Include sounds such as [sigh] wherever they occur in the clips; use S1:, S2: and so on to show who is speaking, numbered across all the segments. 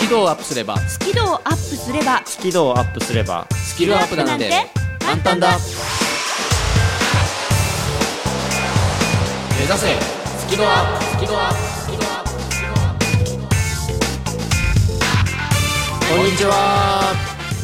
S1: キ度をアップすれば
S2: スキルをアップすれば
S3: スキルをアップすれば
S1: スキルアップなんて簡単だ目指せスキルアップスキルアップスキルアップスキルアップこんにちは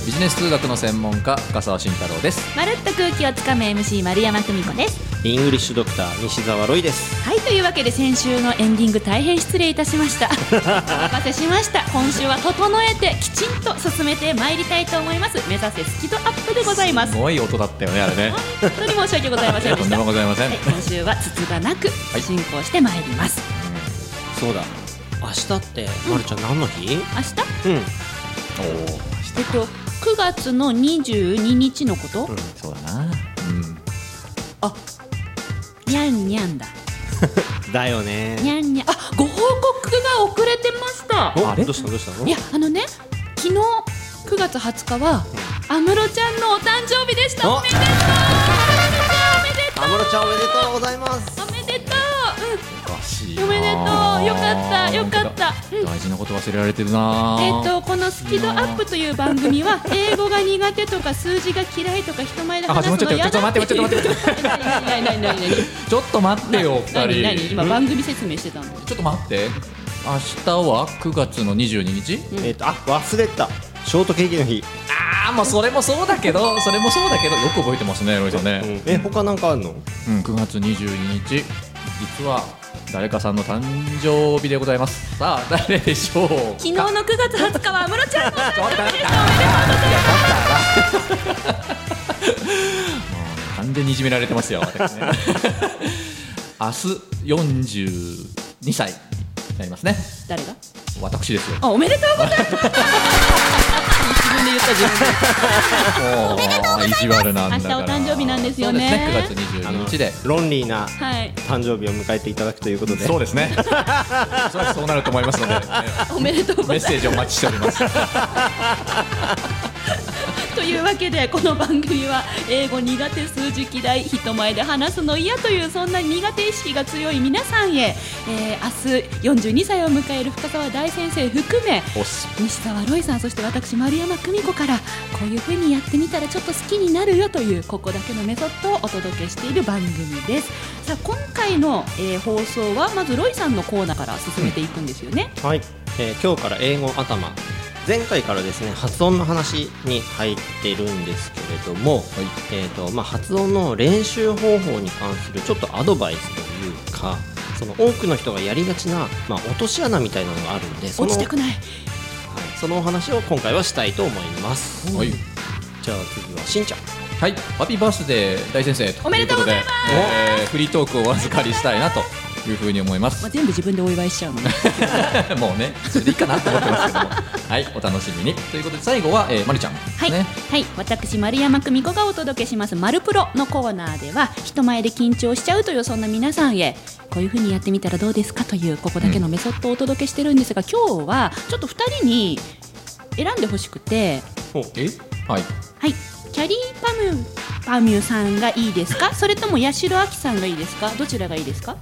S1: ビジネス通学の専門家深澤慎太郎です
S2: まるっと空気をつかむ MC 丸山久美子です
S3: イングリッシュドクター西澤ロイです
S2: はいというわけで先週のエンディング大変失礼いたしましたお待たせしました今週は整えてきちんと進めてまいりたいと思います目指せスキドアップでございます
S1: すごい音だったよねあれ
S2: [laughs]
S1: ね
S2: 本当に申し訳ございませんで
S1: と
S2: し
S1: んで
S2: た
S1: も
S2: は
S1: ございません、
S2: い、今週はつつがなく進行してまいります、
S3: そうだ明日ってまるちゃん何の日
S2: 明日
S3: うん
S1: おお
S2: えっと9月の22日のこと、
S1: そうだなうん
S2: にゃんにゃんだ
S3: だよね
S2: にゃんにゃんあご報告が遅れてました
S3: お
S1: あれ
S3: どうしたどうしたの
S2: いやあのね昨日9月20日は安室ちゃんのお誕生日でした
S3: お
S2: おめでとう
S3: 安室ちゃんおめでとうございます
S2: おめでとうおめでと
S1: おかしいう
S2: うんおめでとうよかったよかったうん
S1: 大事なこと忘れられてるな
S2: えっとこの「スキドアップ」という番組は
S1: [laughs]
S2: 英語が苦手とか数字が嫌いとか人前で話すの嫌だ
S1: あちょっと待ってちょっと待ってちょっ
S2: っていう何何何何
S1: ちょっと待ってよ二
S2: 何何
S1: 人
S2: 今番組説明してたの
S1: ちょっと待って明日は9月の22日
S3: えっとあ忘れてたショートケーキの日
S1: ああもうそれもそうだけどそれもそうだけどよく覚えてますねロイさん
S3: うん
S1: ね
S3: え他なんかあるの
S1: うん9月22日実は誰かさんの誕生日でございますさあ誰でしょう昨
S2: 昨日の9月20日は安室ちゃんのお誕生日
S1: [laughs]
S2: でした
S1: 完全にいじめられてますよ、私ね。 [laughs] 明日42歳になりますね。
S2: 誰が
S1: 私ですよ。
S2: あおめでとうございます自分で言った自分で
S1: おめでとうございます。意地悪なんだから。
S2: 明日お誕生日なんですよね
S1: そうですね。9月22日で。
S3: ロンリーな
S2: はい
S3: 誕生日を迎えていただくということで
S1: そうですね。おそらくそうなると思いますので、
S2: おめでとうござ
S1: メ
S2: い
S1: ッ
S2: ます
S1: セージをお待ちしております。
S2: というわけでこの番組は英語苦手数字嫌い人前で話すの嫌というそんな苦手意識が強い皆さんへ、えー、明日42歳を迎える深澤大先生含め
S1: おし
S2: 西澤ロイさんそして私丸山久美子からこういうふうにやってみたらちょっと好きになるよというここだけのメソッドをお届けしている番組ですさあ今回の、えー放送はまずロイさんのコーナーから進めていくんですよね、
S3: はい、えー今日から英語頭前回からですね発音の話に入っているんですけれども、えーとまあ、発音の練習方法に関するちょっとアドバイスというかその多くの人がやりがちな、まあ、落とし穴みたいなのがあるんでそ
S2: 落
S3: の,
S2: ち
S3: は
S2: た
S3: い、
S2: くない
S3: そのお話を今回はしたいと思います、
S1: はい。
S3: じゃあ次はしんちゃん
S1: はい、ハッピーバースデー大先生
S2: おめでとうございます
S1: とうことでえーフリートークをお預かりしたいなというふうに思います
S2: [laughs] まあ、。全部自分でお祝いしちゃうのね
S1: もうね、それでいいかなと思ってますけども。 [laughs] はい、お楽しみに。ということで、最後は、えー、まるちゃん。
S2: はい、
S1: ね。
S2: はい、私丸山久美子がお届けします「マルプロ」のコーナーでは人前で緊張しちゃうというそんな皆さんへこういうふうにやってみたらどうですかというここだけのメソッドをお届けしてるんですが、今日はちょっと2人に選んでほしくて
S1: えはい。
S2: はいキャリーパムパミュさんがいいですかそれとも八代亜紀さんがいいですかどちらがいいですか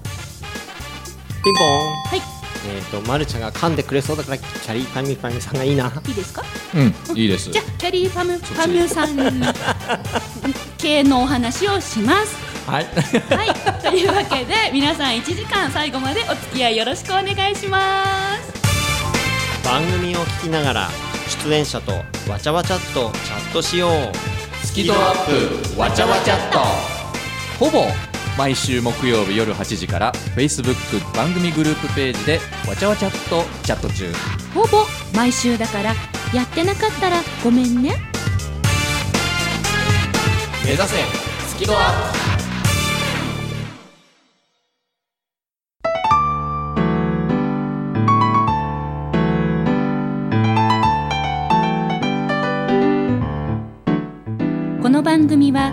S3: ピンポーン
S2: はい
S3: えー、とまるちゃんが噛んでくれそうだからキャリータミパミさんがいいない
S2: いですか
S1: うん、いいです
S2: じ。ゃあキャリーパムパミュさん系のお話をします
S1: はい。
S2: はい、というわけで皆さん1時間最後までお付き合いよろしくお願いします。
S3: [laughs] 番組を聞きながら出演者とわちゃわちゃっとチャットしよう
S1: スキドアップ、わちゃわちゃっと。ほぼ、毎週木曜日夜8時から、Facebook 番組グループページで、わちゃわちゃっとチャット中。
S2: ほぼ毎週だからやってなかったらごめんね。
S1: 目指せ、スキドアップ。
S2: この番組は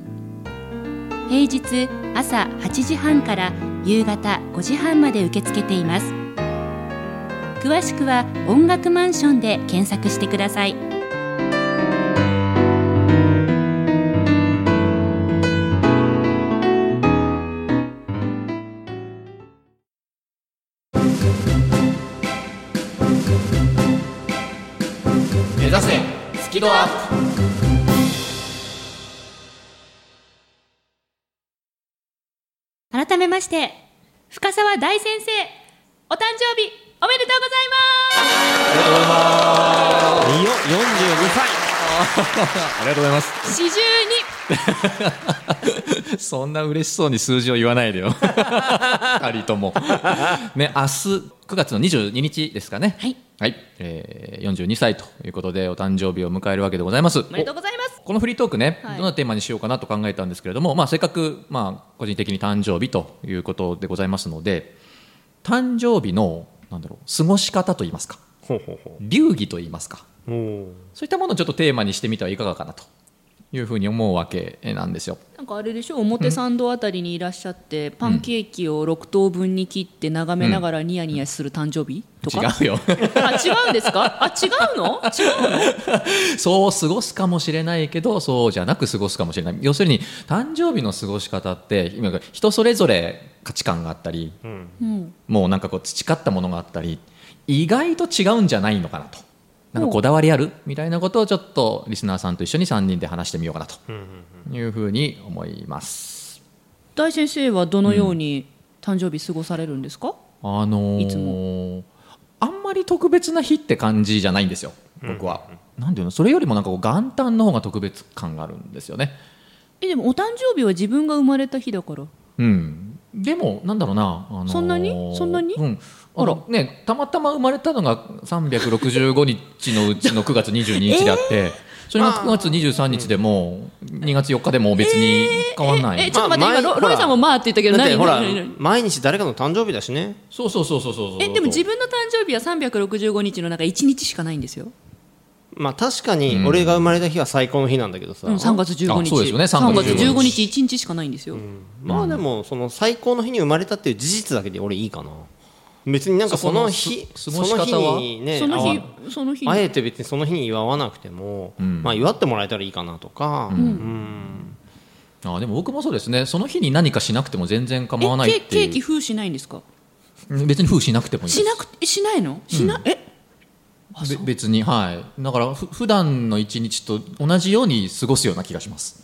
S4: 平日朝8時半から夕方5時半まで受け付けています詳しくは音楽マンションで検索してください
S1: 目指せスキドアップ
S4: 改めまして深沢大先生お誕生日おめでとうございます
S3: 42
S1: ありがとうございます
S4: 四十
S1: そんな嬉しそうに数字を言わ [laughs] ないでよ二人ともね明日9月の22日ですかね
S4: はい、
S1: えー42歳ということでお誕生日を迎えるわけでございます
S4: おめでとうございます
S1: このフリートークね、
S4: はい
S1: どんなテーマにしようかなと考えたんですけれども、まあ、せっかく、まあ、個人的に誕生日ということでございますので誕生日のなんだろう過ごし方といいますか
S3: ほうほうほ
S1: 流儀といいますか
S3: うも
S1: そういったものをちょっとテーマにしてみてはいかがかなというふうに思うわけなんですよ。
S2: なんかあれでしょ表参道あたりにいらっしゃって、パンケーキを6等分に切って眺めながらニヤニヤする誕生日とか、
S1: 違うよ [laughs]
S2: あ違うんですかあ違うの違うの
S1: そう過ごすかもしれないけどそうじゃなく過ごすかもしれない要するに誕生日の過ごし方って今人それぞれ価値観があったり
S3: う、うん、
S2: うん
S1: もうなんかこう培ったものがあったり意外と違うんじゃないのかなとなんかこだわりあるみたいなことをちょっとリスナーさんと一緒に3人で話してみようかなというふうに思います。
S2: 大先生はどのように誕生日過ごされるんですか、
S1: あのー
S2: いつ
S1: あんまり特別な日って感じじゃないんですよ僕は。なんていうのそれよりもなんかこう元旦の方が特別感があるんですよね。
S2: えでもお誕生日は自分が生まれた日だから
S1: うん、でもなんだろうな、あのー
S2: そんなにそんなに
S1: うんあのね、たまたま生まれたのが365日のうちの9月22日
S2: [laughs]
S1: であって、それが9月23日でも2月4日でも別に変わんない、
S2: えちょっと待って
S3: まあ
S2: 今ロ
S3: 前ほら
S2: ロイさんも「まあ」って言ったけど
S3: だって
S2: 何
S3: ほら
S2: 何何
S3: 毎日誰かの誕生日だしね
S1: そうそうそうそうそうそう
S2: えでも自分の誕生日は365日の中1日しかないんですよ、
S3: まあ確かに俺が生まれた日は最高の日なんだけどさ、
S2: うん、3月15
S1: あ
S2: 日
S1: そうですよね3
S2: 3
S1: 月
S2: 月
S1: 15
S2: 15日1日しかないんですよ、
S3: まあでもその最高の日に生まれたっていう事実だけで俺いいかな別になんかその日
S1: そ
S3: そ
S1: このす過ごし
S3: の日
S1: 方は
S3: にね
S2: その
S3: あ
S2: 日
S3: わ
S2: その日
S3: あ
S2: に
S3: えて別にその日に祝わなくても、
S1: ん
S3: まあ祝ってもらえたらいいかなとか、うん
S1: あでも僕もそうですねその日に何かしなくても全然構わない
S2: え
S1: ってい
S2: ケ
S1: う
S2: ーキ封しないんですか
S1: うん別に封しなくてもいいです
S2: しなくてしないのしな、え
S1: べ別にはいだからふ普段の一日と同じように過ごすような気がします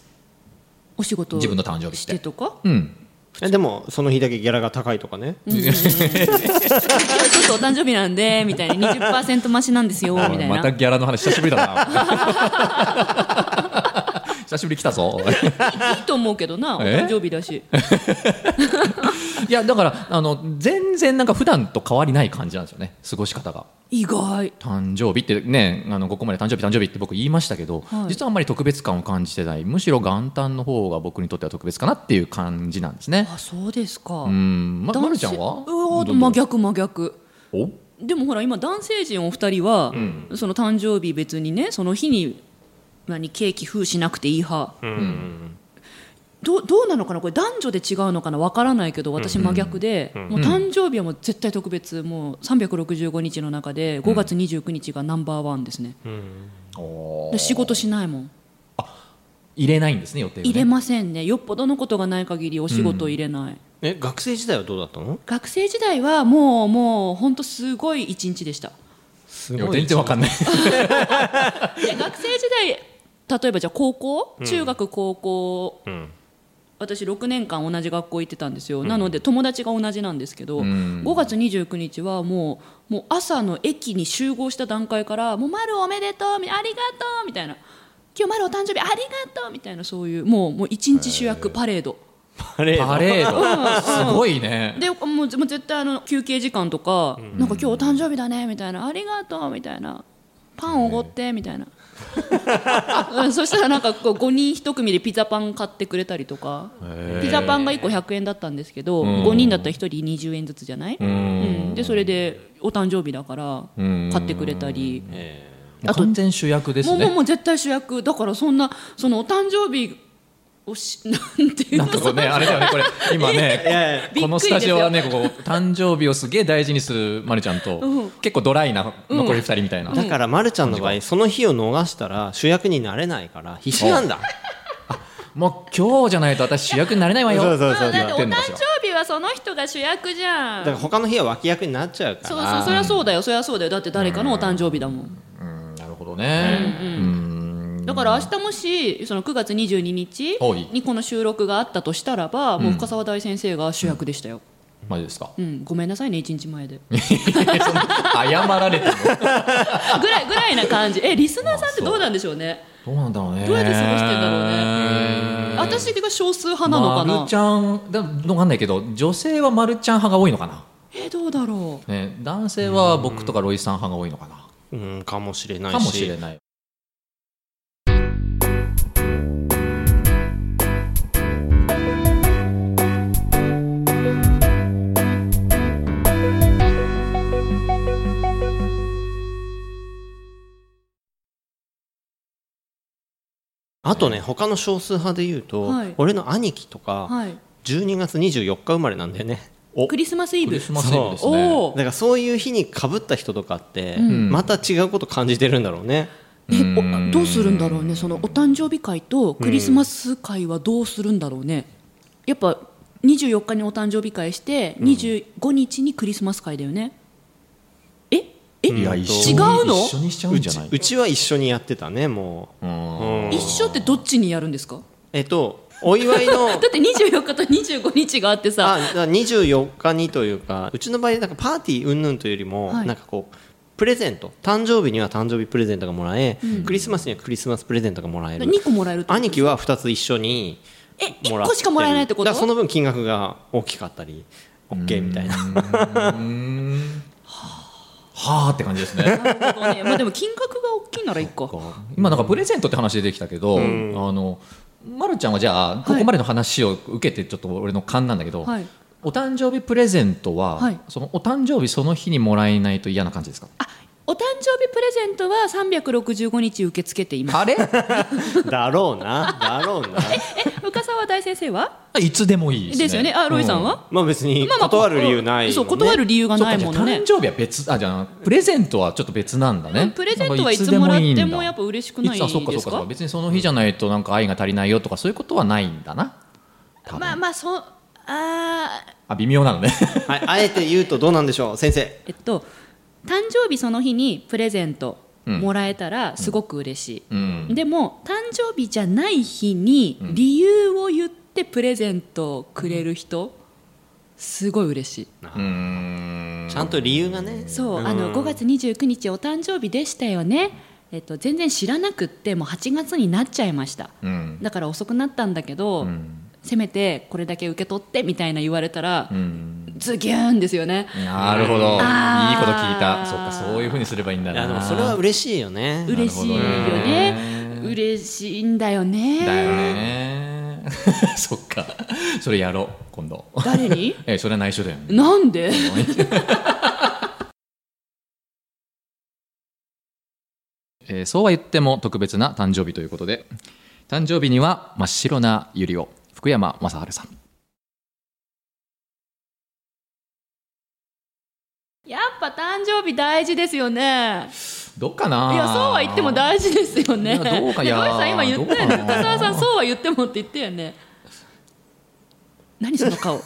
S2: お仕事
S1: 自分の誕生日って
S2: してとか
S1: うん
S3: えでもその日だけギャラが高いとかね、
S2: 今日ちょっとお誕生日なんでみたいな20%増しなん
S1: [laughs]
S2: ですよみたい
S1: ま
S2: な
S1: たギャラの話久しぶりだ
S2: [laughs]
S1: な久しぶり来たぞ
S2: いいと思うけどなお
S1: え
S2: 誕生日だし
S1: いやだからあの全然なんか普段と変わりない感じなんですよね過ごし方が
S2: 意外
S1: 誕生日ってねあのここまで誕生日誕生日って僕言いましたけど、
S2: はい
S1: 実はあんまり特別感を感じてないむしろ元旦の方が僕にとっては特別かなっていう感じなんですね
S2: あそうですか、
S1: うんま
S2: 男性
S1: まるちゃんは
S2: うわ
S1: どんな
S2: 真逆真逆
S1: お
S2: でもほら今男性陣お二人は、その誕生日別にねその日に何ケーキ封しなくていい派、どうどうなのかなこれ男女で違うのかなわからないけど私真逆で、もう誕生日はもう絶対特別もう365日の中で5月29日がナンバーワンですね、
S1: お
S2: で仕事しないもん
S1: 入れないんですね予定をね
S2: 入れませんねよっぽどのことがない限りお仕事入れない、
S3: え学生時代はどうだったの
S2: 学生時代はもうもう本当すごい一日
S1: [laughs]
S2: でした
S3: す
S1: いや全然わかんない
S2: で学生時代例えばじゃあ高校中学高校、
S3: ん
S2: 私6年間同じ学校行ってたんですよ、なので友達が同じなんですけど、
S1: ん
S2: 5月29日はもうもう朝の駅に集合した段階から「もう丸おめでとう」みありがとう」みたいな「今日丸お誕生日ありがとう」みたいなそういうもうもう一日主役パレード。
S3: あれ
S1: パレードすごいね
S2: でもうもう絶対あの休憩時間とか、なんか今日お誕生日だねみたいなありがとうみたいなパンおごってみたいなうん、そしたらなんかこう5人1組でピザパン買ってくれたりとかピザパンが1個100円だったんですけど、
S1: うん
S2: 5人だったら1人20円ずつじゃない、
S1: う
S2: うん
S1: ん
S2: でそれでお誕生日だから
S1: うん
S2: 買ってくれたり、
S1: もう完全主役です
S2: もうもう
S1: ね
S2: もう絶対主役だからそんなそのお誕生日をしなんていう
S1: な
S2: の
S1: んかこうねあれだよねこれ今
S3: い
S1: ね
S3: やいや
S2: びっくりですよ
S1: このスタジオはねここ誕生日をすげえ大事にするまるちゃんと、
S2: うん
S1: 結構ドライな残り二人みたいな、
S3: だから、まるちゃんの場合、その日を逃したら主役になれないから、必死なんだ。
S1: もう今日じゃないと私主役になれないわよ
S3: そうそうそうそう
S1: って言ってんのかし
S2: 誕
S1: ら
S2: 生日はその人が主役じゃん
S3: だから他の日は脇役になっちゃうから。
S2: そうそうそりゃそうだよそりゃそうだよだって誰かのお誕生日だもん、
S1: うんなるほどね、うん
S2: だから明日もしその9月22日
S1: はい
S2: にこの収録があったとしたらば、もう深澤大先生が主役でしたよ、
S1: マジですか [laughs]
S2: うんごめんなさいね1日前で
S1: 謝られても
S2: ぐらいぐらいな感じえリスナーさんってどうなんでしょうね
S1: どうなんだろうね
S2: どうやって過ごしてんだろうね
S1: ね
S2: 私が少数派なのか
S1: ま
S2: な
S1: るちゃんだ分かんないけど女性はまるちゃん派が多いのかな、
S2: えどうだろう
S1: ね、男性は僕とかロイさん派が多いのかな
S3: うん、かもしれないし。
S1: かもしれない
S3: あとね、他の少数派で言うと、
S2: はい
S3: 俺の兄貴とか、
S2: はい
S3: 12月24日生まれなんだよね。
S1: お
S2: クリスマスイ
S1: ク
S2: ブ
S1: リスマスイブですね
S2: お
S3: だ
S2: お、
S3: からそういう日にかぶった人とかって、
S1: ん
S3: また違うこと感じてるんだろうね。
S2: えおどうするんだろうねそのお誕生日会とクリスマス会はどうするんだろうね、やっぱ24日にお誕生日会して25日にクリスマス会だよねええ、
S1: いや
S2: 違う
S1: 一緒に
S2: の
S1: 一緒にしちゃう
S3: うん
S1: じゃ
S3: ち
S1: ないう
S3: ちは一緒にやってたね、もう。
S1: うん
S3: うん
S2: 一緒ってどっちにやるんですか
S3: えっと、お祝い
S2: [laughs]
S3: の
S2: だ、って24日と25日があってさ
S3: あ、だから24日にというか、うちの場合、なんかパーティー云々というよりも、
S2: はい
S3: なんかこう、プレゼント。誕生日には誕生日プレゼントがもらえ、クリスマスにはクリスマスプレゼントがもらえる。
S2: 2個もらえるってこと
S3: 兄貴は2つ一緒に
S2: え
S3: もら
S2: 1
S3: ってる
S2: 個しかもらえないってこ
S3: だ
S2: と
S3: からその分金額が大きかったり OK みたいな
S1: はあって感じですね [laughs]
S2: なるほどねまあでも金額が大きいなら1個
S1: 今なんかプレゼントって話出てきたけど、あのまるちゃんはじゃあここまでの話を受けてちょっと俺の勘なんだけど、
S2: はい
S1: お誕生日プレゼントは、
S2: はい
S1: そのお誕生日その日にもらえないと嫌な感じですか
S2: あお誕生日プレゼントは365日受け付けています
S1: あれ
S3: だろうなだろうな
S2: [laughs] え深澤大先生はい
S1: つでも [laughs] いいで
S2: ですす
S1: ね
S2: よねあロイさんは、
S3: まあ別に断る理由ない
S2: そう断る理由が
S1: そう
S2: な
S1: か
S2: い
S1: じゃあ
S2: ものね
S1: 誕生日は別あじゃあプレゼントはちょっと別なんだね
S2: プレゼントはいつもらってもやっぱ
S1: 嬉
S2: 嬉しくない
S1: あそっかそ
S2: で
S1: っ
S2: す
S1: かそっか
S2: か
S1: 別にその日じゃないとなんか愛が足りないよとかそういうことはないんだな多分
S2: まあまあそうあー
S1: あ微妙なの
S2: [laughs]
S1: ね
S3: はいあえて言うとどうなんでしょう先生
S2: えっと誕生日その日にプレゼントもらえたらすごく嬉しい、
S1: うん
S2: でも誕生日じゃない日に理由を言ってプレゼントをくれる人すごい嬉しい
S3: ちゃんと理由がね
S2: そうあの5月29日お誕生日でしたよね、えっと、全然知らなくってもう8月になっちゃいました、
S1: ん
S2: だから遅くなったんだけど、せめてこれだけ受け取ってみたいな言われたら、ズギューンですよね、
S1: なるほどいいこと
S2: あー
S1: 聞いたそっかそういうふうにすればいいんだ
S3: い
S1: な
S3: やでもそれは嬉しいよね
S2: 嬉しいよね嬉しいんだよね
S1: だよね [laughs] そっかそれやろう今度 [laughs]
S2: 誰に
S1: えそれは内緒だよね
S2: なんで
S1: えーそうは言っても特別な誕生日ということで誕生日には真っ白な百合を福山雅治さん
S2: やっぱ誕生日大事ですよね
S1: どうかないい
S2: やそうは言っても
S1: だ
S2: 大事ですよね
S1: いやどうかい
S2: ね
S1: や
S2: ロイさん今言ったよね
S1: どうかな
S2: 深澤さんそうは言ってもって言ったよね何その顔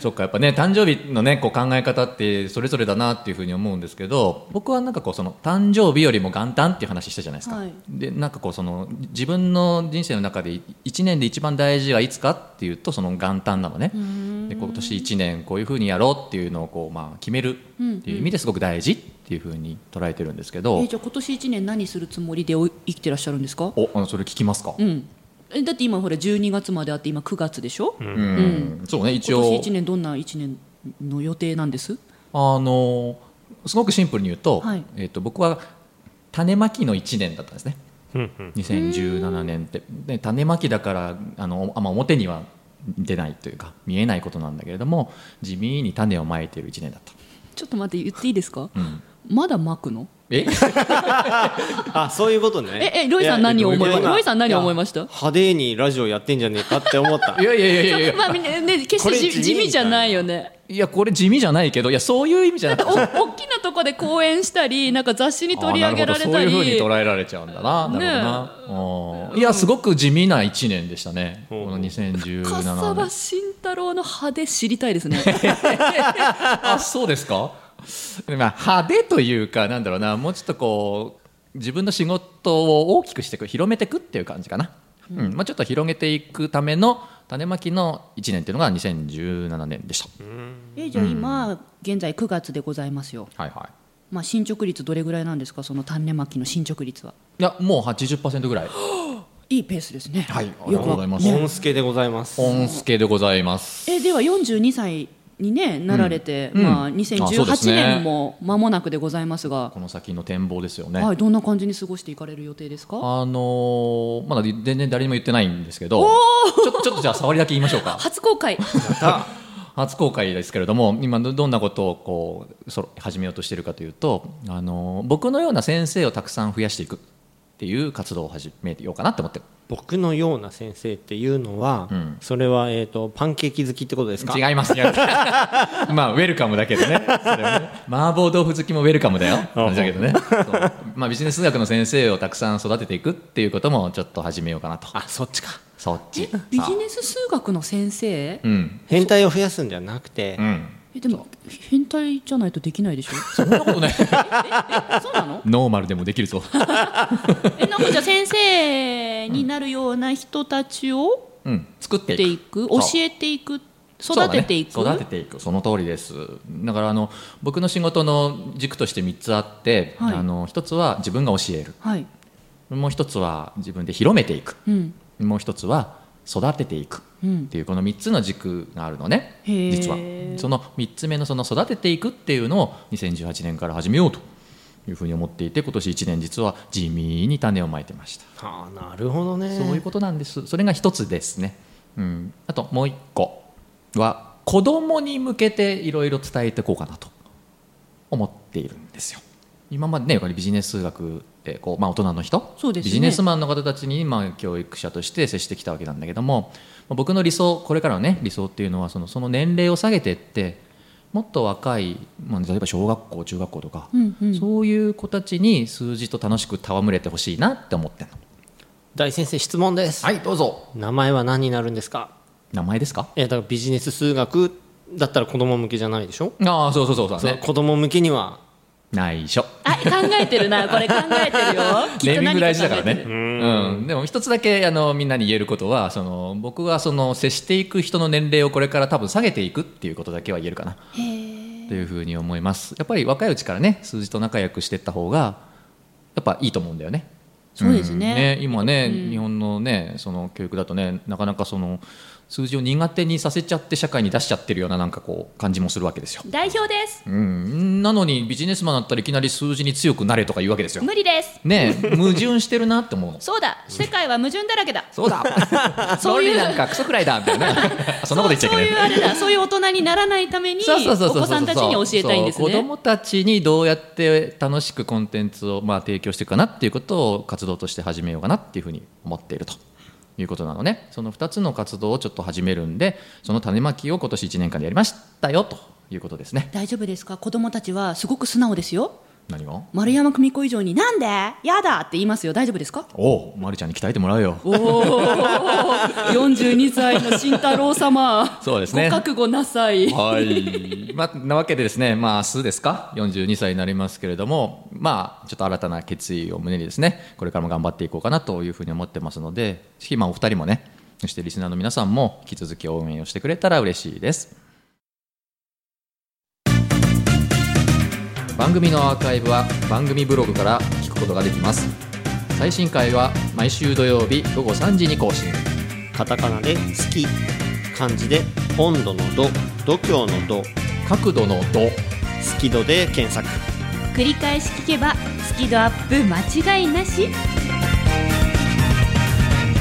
S1: そっかやっぱね誕生日のねこう考え方ってそれぞれだなっていうふうに思うんですけど僕はなんかこうその誕生日よりも元旦っていう話したじゃないですか、
S2: はい
S1: でなんかこうその自分の人生の中で1年で一番大事はいつかっていうとその元旦なのねで今年1年こういうふうにやろうっていうのをこう、まあ、決めるっていう意味ですごく大事っていうふうに捉えてるんですけど、
S2: えじゃあ今年1年何するつもりでお生きてらっしゃるんですか
S1: おあのそれ聞きますか、
S2: うんえだって今ほら12月まであって今9月でしょ、今
S1: うんそうね一応
S2: 年1年どんな1年の予定なんです
S1: あのすごくシンプルに言うと,、
S2: はい
S1: えっと僕は種まきの1年だったんですね
S3: うんうん
S1: 2017年ってで種まきだからあの、あまあ表には出ないというか見えないことなんだけれども地味に種をまいている1年だった。
S2: ちょっと待って言っていいですか、
S1: うん
S2: まだ巻くの
S1: え [laughs]
S3: あそういうことね
S2: ええロイさん何を思いま
S3: や
S2: したロイさん何を思いま
S3: し
S2: した
S3: 派手にラジオやってんじゃねえかって
S1: [laughs]
S3: 思った
S1: いやいやいやいやいや
S2: まあみんなね決し
S3: これ
S2: て
S3: 地味
S2: 地地味じゃないよね
S1: いやこれ地味じゃないけどいやそういう意味じゃなくて
S2: お大きなとこで講演したりなんか雑誌に取り上げられたり
S1: あーなるほどそういうふうに捉えられちゃうんだななるほどな、うんいやすごく地味な1年でしたね、
S3: うん
S1: この2017
S2: 笠
S1: 年
S2: 場慎太郎の派手知りたいですね
S1: あそうですか、まあ、派手というかなんだろうなもうちょっとこう自分の仕事を大きくしていく広めていくっていう感じかな、うんまあ、ちょっと広げていくための種まきの1年っていうのが2017年でした、
S2: えじゃあ今現在9月でございますよ、
S1: はいはい
S2: まあ、進捗率どれぐらいなんですかその種まきの進捗率はい
S1: やもう80%ぐらい
S2: いいペースですね
S1: はいあり
S2: よ
S1: が
S2: く
S1: とうござ
S2: わ
S1: います、
S3: 音助でございます
S1: 音助でございます
S2: えでは42歳に、ね、なられて、
S1: うん
S2: まあ、
S1: うんあそうです
S2: 2018
S1: ね
S2: 年も間もなくでございますが、
S1: この先の展望ですよね、
S2: はい、どんな感じに過ごしていかれる予定ですか
S1: あのーまだ全然誰にも言ってないんですけど、ちょっとちょっとじゃあ、触りだけ言いましょうか、
S2: 初公
S1: [laughs]
S2: 開
S1: 初公開ですけれども、今、どどんなことをこうそろ始めようとしているかというと、あのー僕のような先生をたくさん増やしていくっていう活動を始めようかなって思ってる、
S3: 僕のような先生っていうのは、
S1: うん
S3: それは、えー、とパンケーキ好きってことですか
S1: 違い [laughs] ます、違いますまあ、ウェルカムだけどね、それはね麻婆豆腐好きもウェルカムだよ、だけどね、そうまあ、ビジネス学の先生をたくさん育てていくっていうことも、ちょっと始めようかなと、
S3: あそっちか
S1: そっち。
S2: ビジネス数学の先生
S1: うん
S3: 変態を増やすんじゃなくて、
S1: うん、
S2: えでも変態じゃないとできないでしょ
S1: そんなことない
S2: そうなの
S1: ノーマルでもできるぞ。
S2: えなんかじゃあ先生になるような人たちを
S1: うん、作って
S2: や
S1: い
S2: っ
S1: く
S2: ていく
S1: そ
S2: 教
S1: う
S2: えていく
S1: そう
S2: 育
S1: だね
S2: てていく、
S1: 育てていくその通りですだからあの僕の仕事の軸として3つあって、
S2: はい
S1: あの1つは自分が教える
S2: はい、
S1: もう1つは自分で広めていく
S2: うん
S1: もう1つは育てていく
S2: う
S1: っ
S2: ん、
S1: ていうこの3つの軸があるのね
S2: へー
S1: 実はその3つ目のその育てていくっていうのを2018年から始めようというふうに思っていて今年1年実は地味に種をまいてました
S3: あーなるほどね
S1: そういうことなんです。それが一つですね。うん、あともう一個は子供に向けていろいろ伝えていこうかなと思っているんですよ。今までね、やっぱりビジネス学ってこうまあ大人の人、
S2: そうですね
S1: ビジネスマンの方たちにまあ教育者として接してきたわけなんだけども、まあ僕の理想これからのね理想っていうのはそのその年齢を下げていってもっと若い、まあ、例えば小学校中学校とか、
S2: うんうん
S1: そういう子たちに数字と楽しく戯れてほしいなって思ってるの。
S3: 大先生質問です、
S1: はい、どうぞ。
S3: 名前は何になるんですか
S1: 名前ですか
S3: えーだからビジネス数学だったら子供向けじゃないでしょ、
S1: ああそうそうそうそう,、
S3: そう子供向けには
S1: 内緒
S2: あ考えてるなこれ考えてるよきっ
S1: [laughs] ネー
S2: と何か考えてる
S1: ミング大事だからねうんでも一つだけあのみんなに言えることはその僕はその接していく人の年齢をこれから多分下げていくっていうことだけは言えるかなというふうに思いますやっぱり若いうちからね数字と仲良くしていった方がやっぱいいと思うんだよね
S2: そうです
S1: ん
S2: ね,、
S1: 今ね、日本のねその教育だとねなかなかその数字を苦手にさせちゃって社会に出しちゃってるようななんかこう感じもするわけですよ
S2: 代表です
S1: うん、なのにビジネスマンだったらいきなり数字に強くなれとか言うわけですよ。
S2: 無理です
S1: ねえ矛盾してるなって思うの。
S2: そうだ世界は矛盾だらけだ
S1: そうだ
S2: そういう
S1: 論理なんかクソくらいだみたいなそんなこと言っちゃいけない
S2: そういうあれだそういう大人にならないために
S1: そうそうそう
S2: お
S1: そう
S2: 子さんたちに教えたいんです
S1: そう子
S2: ね
S1: 供たちにどうやって楽しくコンテンツをまあ提供していくかなっていうことを活動として始めようかなっていうふうに思っているということなのねその2つの活動をちょっと始めるんでその種まきを今年1年間でやりましたよということですね
S2: 大丈夫ですか子供たちはすごく素直ですよ
S1: 何が
S2: 丸山久美子以上になんでやだって言いますよ大丈夫ですか
S1: おお、ま、るちゃんに鍛えてもらうよ
S2: おお42歳 [laughs] の慎太郎様
S1: そうですね
S2: ご覚悟なさい
S1: はい、 [laughs] まあ、なわけでですね、まあ、明日ですか42歳になりますけれども、まあ、ちょっと新たな決意を胸にですねこれからも頑張っていこうかなというふうに思ってますのでぜひまあお二人もねそしてリスナーの皆さんも引き続き応援をしてくれたら嬉しいです番組のアーカイブは番組ブログから聞くことができます最新回は毎週土曜日午後3時に更新
S3: カタカナで「好き」漢字で「温度の度」「度胸の度」
S1: 角度の度
S3: 「好き度」で検索
S2: 繰り返し聞けばスキドアップ間違いなし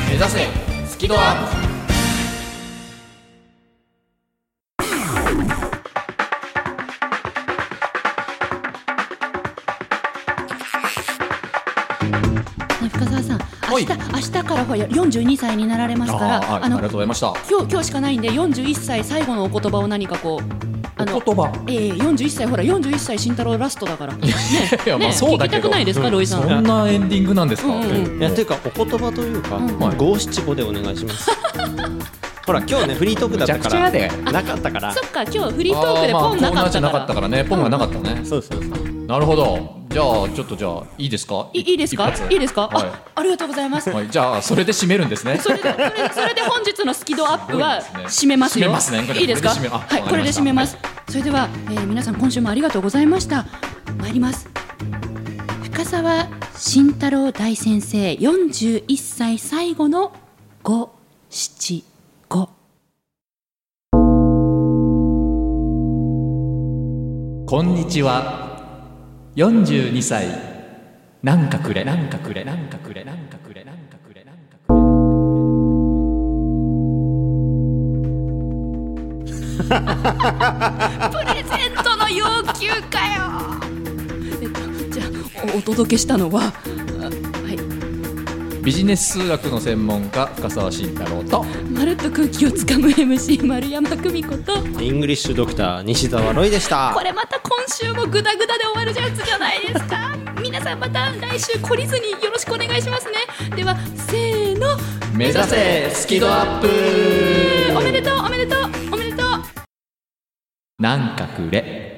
S1: 目指せスキドアップ
S2: 深澤さん明
S1: はい
S2: 日明日からほら42歳になられますから
S1: あーはいあり
S2: の
S1: がとうございました
S2: 今日今日しかないんで41歳最後のお言葉を何かこうあの
S1: お言葉
S2: えー、41歳ほら41歳慎太郎ラストだから
S1: [laughs]
S2: ね
S1: いやまあ
S2: ね
S1: そうだ
S2: 聞き
S1: け
S2: た
S1: ど
S2: くないですか、ロイさん
S1: そんなエンディングなんですか、
S2: うんうん
S3: いやというかお言葉というか
S2: うん
S1: はい
S3: 五七五でお願いします
S1: [laughs]
S3: ほら今日ねフリートークだった
S1: むちゃくちゃ
S3: か
S1: やで
S3: らなかったから
S2: そっか今日フリートークでポ
S1: あ
S2: ンなか
S1: ーまあコーナー
S2: っ
S1: じ
S2: た
S1: ゃな
S2: か
S1: からったからねポンがなかったね、
S3: そうそうそう
S1: なるほどじゃあちょっとじゃあいいですか
S2: いいいですか
S1: 一発
S2: いいですか、
S1: はい
S2: あありがとうございます、
S1: はい、じゃあそれで締めるんですね
S2: それでそれでそれで本日のスキドアップは
S1: すごいです
S2: 締
S1: ね
S2: めますよ。
S1: 締めますねこれ
S2: いいですか。
S1: これで締めあ
S2: はい、
S1: わかり
S2: これ
S1: ま
S2: で
S1: した
S2: 締めます。それでは、えー、皆さん今週もありがとうございました。参ります。深沢慎太郎大先生、41歳最後の5、7、5。
S1: こんにちは42歳なんかくれなんかくれなんかくれなんかくれなんかくれなんかくれ
S2: プレゼントの要求かよ。えっと、じゃあおお届けしたのは、あはい。
S1: ビジネス数学の専門家深澤慎太郎と
S2: まるっと空気をつかむ MC 丸山久美子と。
S3: イングリッシュドクター西澤ロイでした
S2: これまた今週もグダグダで終わるやつじゃないですか皆さんまた来週懲りずによろしくお願いしますねではせーの
S1: 目指せスキドアップ
S2: おめでとうおめでとうおめでとう
S1: なんかくれ